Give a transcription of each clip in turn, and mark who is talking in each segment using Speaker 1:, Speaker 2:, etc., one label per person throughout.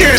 Speaker 1: your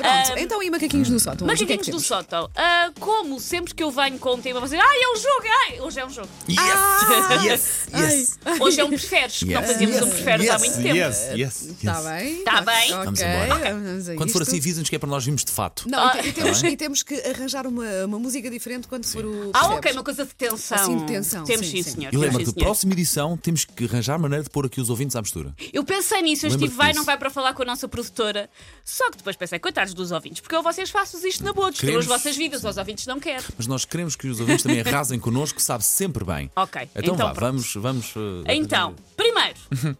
Speaker 2: Pronto, então e macaquinhos no sótão? Hoje, o que é
Speaker 3: Macaquinhos
Speaker 2: que
Speaker 3: do
Speaker 2: temos?
Speaker 3: sótão. Ah, como sempre que eu venho com um tema, vocês. Ah, é um jogo! Ai, hoje é um jogo.
Speaker 2: Ah!
Speaker 4: Yes, yes,
Speaker 3: Hoje é um preferes. que Não fazíamos um preferes há muito tempo.
Speaker 4: Yes, yes, yes.
Speaker 2: Está bem?
Speaker 3: Tá bem.
Speaker 2: Ok,
Speaker 4: Vamos embora.
Speaker 2: vamos a
Speaker 4: Quando for
Speaker 2: isto.
Speaker 4: assim, avisam-nos que é para nós virmos de fato.
Speaker 2: Não,
Speaker 3: Ah.
Speaker 2: e, e temos, e temos que arranjar uma, uma música diferente quando for o.
Speaker 3: Ah,
Speaker 2: percebes?
Speaker 3: ok, uma coisa de tensão.
Speaker 2: Assim, de tensão,
Speaker 3: Temos
Speaker 2: sim,
Speaker 3: sim,
Speaker 2: sim.
Speaker 3: senhor.
Speaker 4: E
Speaker 3: Temos,
Speaker 4: lembra
Speaker 3: sim,
Speaker 4: que
Speaker 3: senhor.
Speaker 4: próxima edição temos que arranjar maneira de pôr aqui os ouvintes à mistura.
Speaker 3: Eu pensei nisso, eu estive
Speaker 4: Lembra-te
Speaker 3: vai,
Speaker 4: disso.
Speaker 3: não vai para falar com a nossa produtora. Só que depois pensei, coitados dos ouvintes, porque eu a vocês faço isto na boa, destruam as
Speaker 4: Queremos-
Speaker 3: vossas vidas, aos ouvintes não querem.
Speaker 4: Mas nós queremos que os ouvintes também arrasem connosco, sabe sempre bem.
Speaker 3: Ok,
Speaker 4: Então,
Speaker 3: então
Speaker 4: vá,
Speaker 3: pronto.
Speaker 4: vamos, vamos. uh,
Speaker 3: Então, primeiro,
Speaker 2: Eu ainda-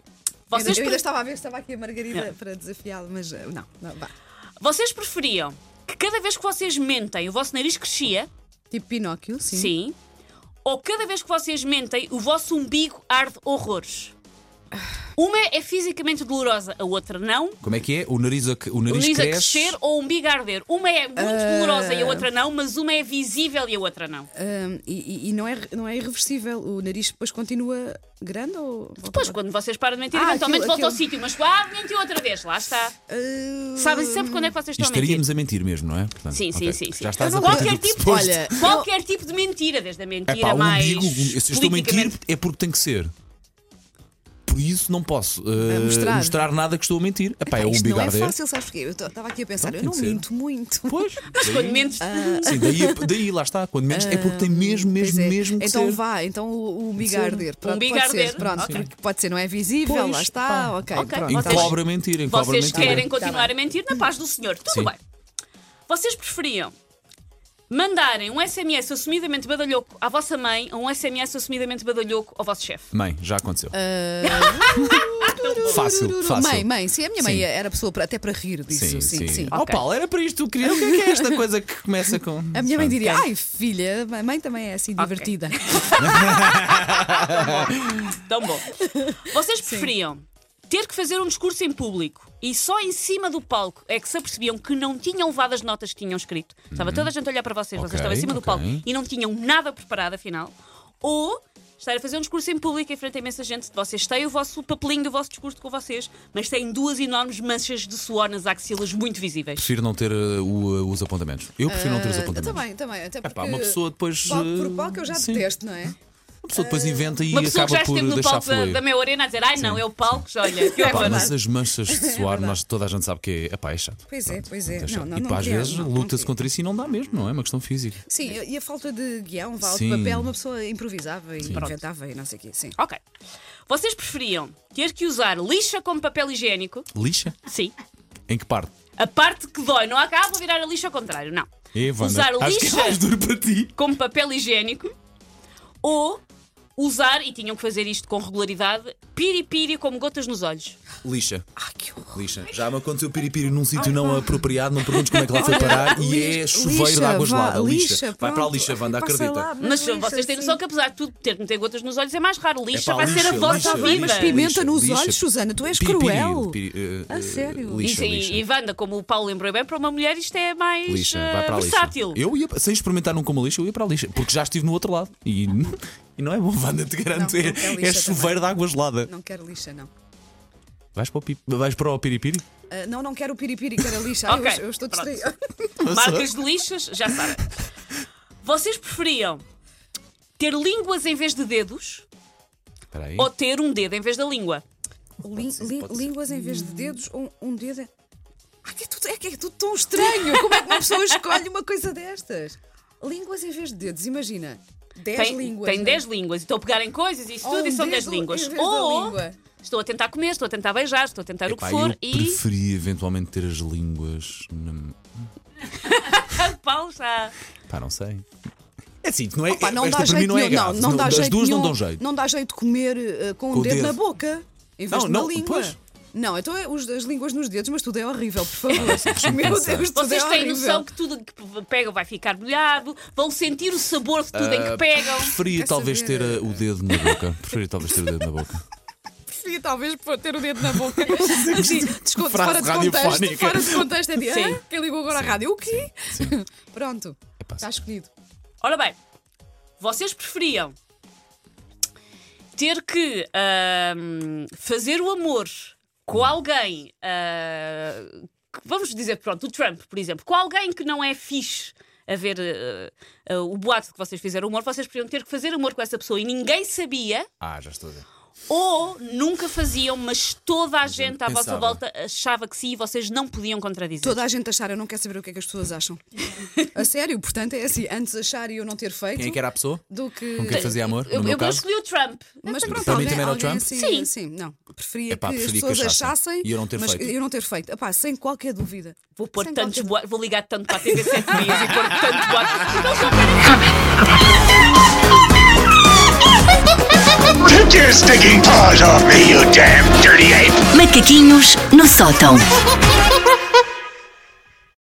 Speaker 3: vocês,
Speaker 2: Eu ainda
Speaker 3: pre-
Speaker 2: estava a ver, estava aqui a Margarida para desafiá-lo, mas eh, não, não, vá.
Speaker 3: vocês preferiam que cada vez que vocês mentem o vosso nariz crescia?
Speaker 2: Tipo Pinóquio, sim.
Speaker 3: Sim. Ou cada vez que vocês mentem, o vosso umbigo arde horrores. Uma é fisicamente dolorosa, a outra não.
Speaker 4: Como é que é? O nariz, a, o
Speaker 3: O
Speaker 4: nariz,
Speaker 3: nariz a
Speaker 4: cresce.
Speaker 3: crescer ou o umbigo a arder. Uma é muito
Speaker 4: Ah.
Speaker 3: dolorosa e a outra não, mas uma é visível e a outra não.
Speaker 2: Ahm, e e- e não, é, não é irreversível. O nariz depois continua grande ou.
Speaker 3: Depois, quando vocês param de mentir,
Speaker 2: Ah,
Speaker 3: eventualmente
Speaker 2: aquilo-
Speaker 3: volta ao sítio, mas ah, mentiu outra vez, lá está.
Speaker 2: Ah,
Speaker 3: Sabem sempre quando é que vocês
Speaker 4: E
Speaker 3: estão a mentir.
Speaker 4: estaríamos a mentir mesmo, não é? Portanto,
Speaker 3: Sim, sim,
Speaker 4: ok.
Speaker 3: sim, sim.
Speaker 4: Já estás a partir
Speaker 3: qualquer
Speaker 4: do
Speaker 3: tipo,
Speaker 4: pressuposto.
Speaker 2: olha,
Speaker 3: qualquer tipo de mentira, desde a mentira
Speaker 4: É pá, o
Speaker 3: mais.
Speaker 4: umbigo, se eu estou a mentir
Speaker 3: politicamente-
Speaker 4: é porque tem que ser. Por isso não posso eh,
Speaker 2: mostrar.
Speaker 4: mostrar. nada que estou a mentir. É pá, é o
Speaker 2: isto
Speaker 4: umbigo
Speaker 2: não é
Speaker 4: a arder.
Speaker 2: fácil, sabes porquê? Eu to- estava aqui a pensar,
Speaker 4: Não,
Speaker 2: eu
Speaker 4: tem
Speaker 2: não
Speaker 4: que ser.
Speaker 2: minto muito.
Speaker 4: Pois.
Speaker 3: Quando mentes.
Speaker 4: Sim, daí, daí lá está. Quando menos é porque tem mesmo,
Speaker 2: Pois
Speaker 4: mesmo,
Speaker 2: é.
Speaker 4: mesmo que
Speaker 2: Então
Speaker 4: ser.
Speaker 2: vá, então o, o umbigo a
Speaker 4: Sim.
Speaker 2: arder. Pronto,
Speaker 3: umbigo a
Speaker 2: pode ser,
Speaker 3: arder,
Speaker 2: pronto,
Speaker 3: ok.
Speaker 2: porque pode ser, não é visível,
Speaker 4: Pois,
Speaker 2: lá está,
Speaker 4: pá.
Speaker 2: ok.
Speaker 3: Ok.
Speaker 2: pronto.
Speaker 3: Vocês-
Speaker 4: Encobra mentir, encobra
Speaker 3: Vocês
Speaker 4: mentir.
Speaker 3: querem continuar a mentir na paz do senhor. Tudo
Speaker 4: Sim.
Speaker 3: bem. Vocês preferiam mandarem um SMS assumidamente badalhoco à vossa mãe ou um SMS assumidamente badalhoco ao vosso chefe?
Speaker 4: Mãe, já aconteceu. fácil, fácil.
Speaker 2: Ah. Mãe, mãe, sim, a minha mãe
Speaker 4: Sim.
Speaker 2: era pessoa para- até para rir disso, sim, sim.
Speaker 4: Oh,
Speaker 3: Ok.
Speaker 4: Paulo, era para isto que eu queria. O que é que é esta coisa que começa com.
Speaker 2: A minha mãe diria, ai filha, a mãe também é assim divertida.
Speaker 3: Tão bom. Vocês preferiam ter que fazer um discurso em público e só em cima do palco é que se apercebiam que não tinham levado as notas que tinham escrito. Estava toda a gente a olhar para vocês, vocês
Speaker 4: Hum. Ok,
Speaker 3: estavam em cima do
Speaker 4: ok.
Speaker 3: palco e não tinham nada preparado, afinal. Ou estar a fazer um discurso em público em frente a imensa gente. Vocês têm o vosso papelinho do vosso discurso com vocês, mas têm duas enormes manchas de suor nas axilas muito visíveis.
Speaker 4: Prefiro não ter uh, o- uh, os apontamentos. Eu prefiro não ter os
Speaker 2: Eu
Speaker 4: apontamentos.
Speaker 2: Ah, também, também. Até porque
Speaker 4: Epá, uma pessoa depois.
Speaker 2: palco por
Speaker 4: uh,
Speaker 2: palco eu já
Speaker 4: sim.
Speaker 2: detesto, não é?
Speaker 4: Uma pessoa depois inventa e
Speaker 3: Uma pessoa que já
Speaker 4: acaba por
Speaker 3: esteve no
Speaker 4: deixar
Speaker 3: palco da,
Speaker 4: fluir.
Speaker 3: da minha arena a dizer: Ai não, é o palco, olha, que
Speaker 2: É
Speaker 3: horror."
Speaker 4: Pá,
Speaker 2: verdade.
Speaker 4: mas as manchas de suor,
Speaker 2: verdade.
Speaker 4: nós, toda a gente sabe que é, epá, é chato.
Speaker 2: Pois é, pois é.
Speaker 4: muito
Speaker 2: Não,
Speaker 4: chato.
Speaker 2: não,
Speaker 4: e
Speaker 2: não
Speaker 4: pá, às
Speaker 2: quero,
Speaker 4: vezes
Speaker 2: não, não
Speaker 4: luta-se
Speaker 2: quero.
Speaker 4: contra isso e não dá mesmo, não é? É uma questão física.
Speaker 2: Sim, e a falta de guião, vá, de
Speaker 4: Sim.
Speaker 2: papel, uma pessoa improvisava e inventava e não sei o quê. Sim.
Speaker 3: Ok. Vocês preferiam ter que usar lixa como papel higiênico?
Speaker 4: Lixa?
Speaker 3: Sim.
Speaker 4: Em que parte?
Speaker 3: A parte que dói, não há cá, vou virar a lixa ao contrário, não.
Speaker 4: É, Wanda,
Speaker 3: usar
Speaker 4: acho que é mais
Speaker 3: lixa
Speaker 4: duro para ti.
Speaker 3: como papel higiênico ou usar, e tinham que fazer isto com regularidade, piripiri como gotas nos olhos.
Speaker 4: Ah, Lixa.
Speaker 2: Ai, que horror.
Speaker 4: Lixa. Já me aconteceu piripiri num sítio não apropriado, não perguntes como é que lá foi parar e é chuveiro de água gelada. Lixa. Vai para a lixa, Wanda, acredita.
Speaker 3: Mas vocês têm noção que apesar de tudo ter que meter gotas nos olhos é mais raro. Lixa
Speaker 4: Epá,
Speaker 3: vai ser a
Speaker 4: lixa,
Speaker 3: vossa
Speaker 4: lixa,
Speaker 3: vida.
Speaker 2: Mas pimenta
Speaker 4: lixa,
Speaker 2: nos
Speaker 4: lixa.
Speaker 2: olhos, Susana, tu és
Speaker 4: Piripiri,
Speaker 2: cruel.
Speaker 4: piri- eh,
Speaker 2: A
Speaker 4: eh,
Speaker 2: sério?
Speaker 4: Lixa,
Speaker 3: Isso,
Speaker 4: lixa.
Speaker 3: e, e Wanda, como o Paulo lembrou bem, para uma mulher isto é mais
Speaker 4: Lixa,
Speaker 3: eh,
Speaker 4: vai para a lixa.
Speaker 3: versátil.
Speaker 4: Eu ia, sem experimentar num como lixa, eu ia para a lixa, porque já estive no outro lado. E, e não é bom, Wanda, te garanto.
Speaker 2: Não,
Speaker 4: é,
Speaker 2: não quero lixa
Speaker 4: é chuveiro de água gelada.
Speaker 2: Não quero lixa, não.
Speaker 4: Vais para o, pi- vais para o piripiri?
Speaker 2: Ah, não, não quero o piripiri, quero a lixa. Ai,
Speaker 3: Ok,
Speaker 2: eu, eu estou
Speaker 3: pronto.
Speaker 2: distraída.
Speaker 3: Marcas de lixas, já sabem. Vocês preferiam ter línguas em vez de dedos
Speaker 4: Espera aí.
Speaker 3: ou ter um dedo em vez da língua?
Speaker 2: Lin- lin- línguas em vez de dedos, um, um dedo é. Ai, que é, tudo, é que é tudo tão estranho. Como é que uma pessoa escolhe uma coisa destas? Línguas em vez de dedos, imagina. 10
Speaker 3: tem
Speaker 2: línguas.
Speaker 3: tem
Speaker 2: né?
Speaker 3: 10 línguas e estão a pegarem coisas e isso
Speaker 2: Ou
Speaker 3: tudo e
Speaker 2: um
Speaker 3: são 10
Speaker 2: dedo em
Speaker 3: línguas. Oh!
Speaker 2: vez da
Speaker 3: Ou
Speaker 2: língua.
Speaker 3: estou a tentar comer, estou a tentar beijar, estou a tentar o que
Speaker 4: Epá,
Speaker 3: for
Speaker 4: eu
Speaker 3: e.
Speaker 4: preferia eventualmente ter as línguas. Na...
Speaker 3: Paulo já.
Speaker 4: Pá, não sei. É assim, não é.
Speaker 2: Pá, não
Speaker 4: esta
Speaker 2: dá
Speaker 4: para
Speaker 2: jeito
Speaker 4: mim não é
Speaker 2: nenhum.
Speaker 4: grave.
Speaker 2: não, não dá
Speaker 4: das
Speaker 2: jeito
Speaker 4: duas
Speaker 2: nenhum.
Speaker 4: não dão jeito.
Speaker 2: Não dá jeito de comer eh, com,
Speaker 4: Com
Speaker 2: o
Speaker 4: o
Speaker 2: dedo, na
Speaker 4: dedo.
Speaker 2: boca, em vez
Speaker 4: Não,
Speaker 2: de na
Speaker 4: não,
Speaker 2: língua.
Speaker 4: pois.
Speaker 2: Não, então é os, as línguas nos dedos, mas tudo é horrível, por favor.
Speaker 4: deixa-me
Speaker 2: Meu
Speaker 4: pensar.
Speaker 2: Deus, tudo
Speaker 3: Vocês
Speaker 2: é
Speaker 3: têm
Speaker 2: horrível.
Speaker 3: noção que tudo que p- pegam vai ficar molhado, vão sentir o sabor de tudo em
Speaker 4: Ah,
Speaker 3: que pegam.
Speaker 4: Preferia
Speaker 2: Quer
Speaker 4: talvez
Speaker 2: saber?
Speaker 4: ter uh, o dedo na boca. Preferia talvez ter o dedo na boca.
Speaker 2: Preferia talvez pôr- ter o dedo na boca. Sim, desconto,
Speaker 4: Frase
Speaker 2: fora de contexto.
Speaker 4: radiofónica.
Speaker 2: Fora de contexto é de,
Speaker 3: Sim.
Speaker 2: "Ah, quem ligou agora à rádio? O quê? Pronto,
Speaker 4: Epá,
Speaker 2: está escolhido.
Speaker 3: Ora bem, vocês preferiam ter que ahm, fazer o amor com alguém. ah, que- vamos dizer, pronto, o Trump, por exemplo, com alguém que não é fixe. A ver ah, ah, o boato que vocês fizeram amor, vocês podiam ter que fazer amor com essa pessoa e ninguém sabia,
Speaker 4: Ah, já estou a ver.
Speaker 3: ou nunca faziam, mas toda a gente à vossa
Speaker 4: pensava.
Speaker 3: volta achava que sim e vocês não podiam contradizer.
Speaker 2: Toda a gente achar, eu não quero saber o que é que as pessoas acham. a sério, portanto é assim, antes achar e eu não ter feito
Speaker 4: Quem é que era a pessoa?
Speaker 2: do que.
Speaker 4: Com quem fazia amor?
Speaker 3: Eu,
Speaker 4: no
Speaker 3: eu,
Speaker 4: meu
Speaker 3: eu
Speaker 4: caso?
Speaker 3: escolhi o Trump.
Speaker 2: Mas pronto,
Speaker 4: Para mim
Speaker 2: alguém,
Speaker 4: também era o
Speaker 2: alguém
Speaker 4: Trump?
Speaker 2: assim,
Speaker 3: Sim.
Speaker 2: sim, não. Preferia
Speaker 4: Epá,
Speaker 2: que as
Speaker 4: preferi que
Speaker 2: pessoas
Speaker 4: achassem
Speaker 2: achassem
Speaker 4: e eu não ter
Speaker 2: mas
Speaker 4: feito.
Speaker 2: eu não ter feito. Epá, sem qualquer dúvida.
Speaker 3: Vou pôr
Speaker 2: Sem
Speaker 3: tantos
Speaker 2: qualquer-
Speaker 3: boatos, vou ligar tanto para a TV 7 dias e pôr tantos boatos. Porque eles não querem
Speaker 1: Take your stinking paws off me, you damn dirty ape!
Speaker 5: Macaquinhos no sótão.
Speaker 6: Thank you.